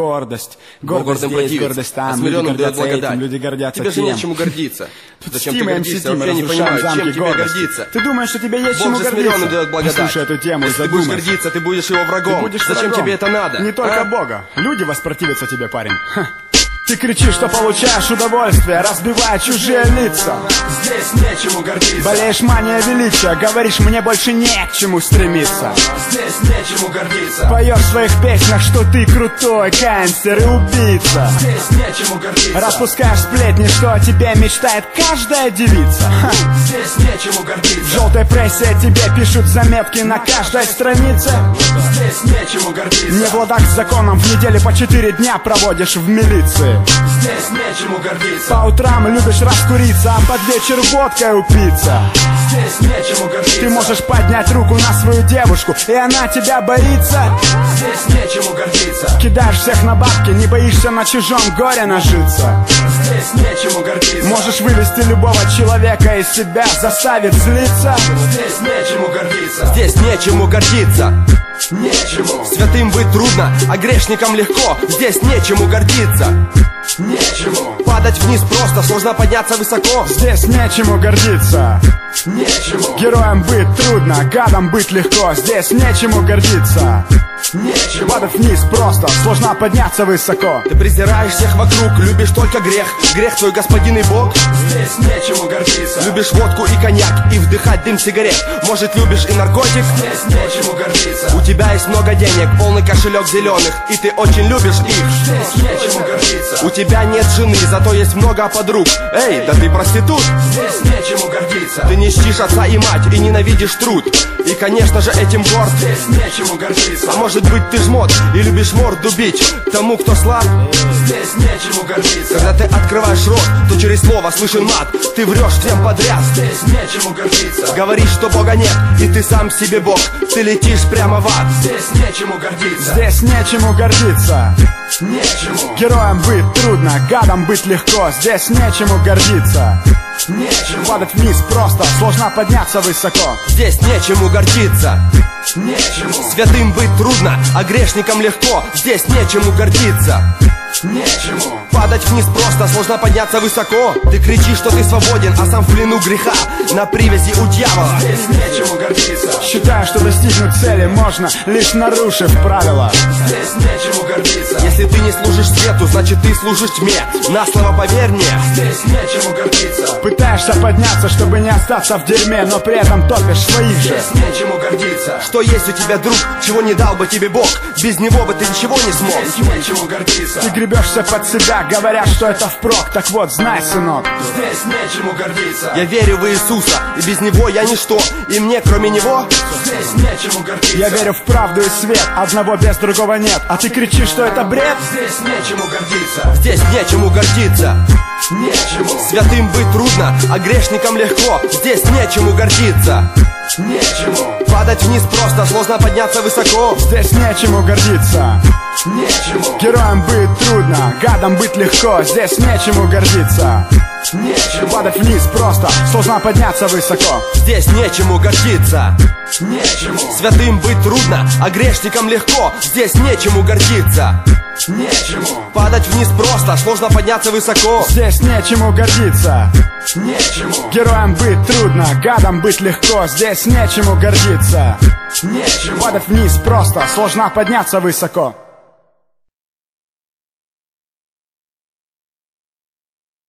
Гордость. Был Гордость гордым есть, противиться. гордость там. Люди Осмыленным дает гордятся благодать. этим, люди гордятся Тебе же тем. нечему гордиться. Зачем ты Стима гордишься? MCT Я не в понимаю, замке чем тебе гордость. гордиться. Ты думаешь, что тебе есть Бог чему же смиренным гордиться? дает благодать. Слушай эту тему и Если ты будешь задумайся. гордиться, ты будешь его Ты врагом. будешь Зачем врагом. тебе это надо? Не только а? Бога. Люди воспротивятся тебе, парень. Ха. Ты кричишь, что получаешь удовольствие, разбивая чужие лица. А? Здесь нечему гордиться Болеешь мания величия, говоришь, мне больше не к чему стремиться. Здесь нечему гордиться Поешь в своих песнях, что ты крутой гангстер и убийца. Здесь нечему гордиться Распускаешь сплетни, что о тебе мечтает каждая девица. Ха. Здесь нечему В гордиться желтой прессе о тебе пишут заметки на каждой странице. Здесь нечему Не в гордиться ладах с законом, в неделю по четыре дня проводишь в милиции. Здесь нечему гордиться По утрам любишь раскуриться, а под вечер водкой упиться. Здесь нечему Ты гордиться можешь поднять руку на свою девушку, и она тебя боится. Здесь нечему гордиться Кидаешь всех на бабки, не боишься на чужом горе нажиться. Здесь нечему гордиться Можешь вывести любого человека из себя, заставить злиться. Здесь нечему гордиться Здесь нечему гордиться. Нечему Святым быть трудно, а грешникам легко. Здесь нечему гордиться. Нечему Падать вниз просто, сложно подняться высоко. Здесь нечему гордиться. Нечему Героем быть трудно, гадом быть легко, здесь нечему гордиться. Нечему Падать вниз просто, сложно подняться высоко. Ты презираешь всех вокруг, любишь только грех. Грех твой господин и бог. Здесь нечему гордиться Любишь водку и коньяк, и вдыхать дым сигарет. Может, любишь и наркотик? Здесь нечему гордиться У тебя есть много денег, полный кошелек зеленых, и ты очень любишь их. Здесь нечему гордиться У тебя нет жены, зато есть много подруг. Эй, да ты проститут! Здесь нечему гордиться Ты не чтишь отца и мать, и ненавидишь труд. И, конечно же, этим горд. Здесь нечему гордиться А может быть, ты жмот и любишь морду бить тому, кто слаб? Здесь нечему гордиться Когда ты открываешь рот, то через слово слышен мат. Ты врешь всем подряд. Здесь нечему гордиться Говоришь, что Бога нет, и ты сам себе Бог. Ты летишь прямо в ад. Здесь нечему гордиться Здесь нечему гордиться. Нечему Героем быть трудно, гадом быть легко, здесь нечему гордиться. Нечему Падать вниз просто, сложно подняться высоко. Здесь нечему гордиться. Нечему Святым быть трудно, а грешникам легко. Здесь нечему гордиться. Нечему Падать вниз просто, сложно подняться высоко. Ты кричишь, что ты свободен, а сам в плену греха. На привязи у дьявола. Здесь нечему гордиться Считаю, что достигнуть цели можно, лишь нарушив правила. Здесь нечему гордиться Если ты не служишь свету, значит ты служишь тьме. На слово поверь мне. Здесь нечему гордиться Пытаешься подняться, чтобы не остаться в дерьме, но при этом топишь своих же. Здесь нечему гордиться Что есть у тебя, друг, чего не дал бы тебе Бог. Без него бы ты ничего не смог. Здесь нечему гордиться Ты гребешься под себя, говоря, что это впрок. Так вот, знай, сынок, Здесь нечему гордиться Я верю в Иисуса, и без него я ничто. И мне, кроме него, Здесь нечему я гордиться верю в правду и свет, одного без другого нет. А ты кричишь, что это бред? Здесь нечему гордиться здесь нечему гордиться. Нечему Святым быть трудно, а грешникам легко. Здесь нечему гордиться. Нечему Падать вниз просто, сложно подняться высоко. Здесь нечему гордиться. Нечему Героем быть трудно, гадом быть легко, здесь нечему гордиться. Нечему Падать вниз просто, сложно подняться высоко. Здесь нечему гордиться. Нечему Святым быть трудно, а грешникам легко. Здесь нечему гордиться. Нечему Падать вниз просто, сложно подняться высоко. Здесь нечему гордиться. Нечему Героем быть трудно, гадом быть легко, здесь нечему гордиться. Нечему Падать вниз просто, сложно подняться высоко.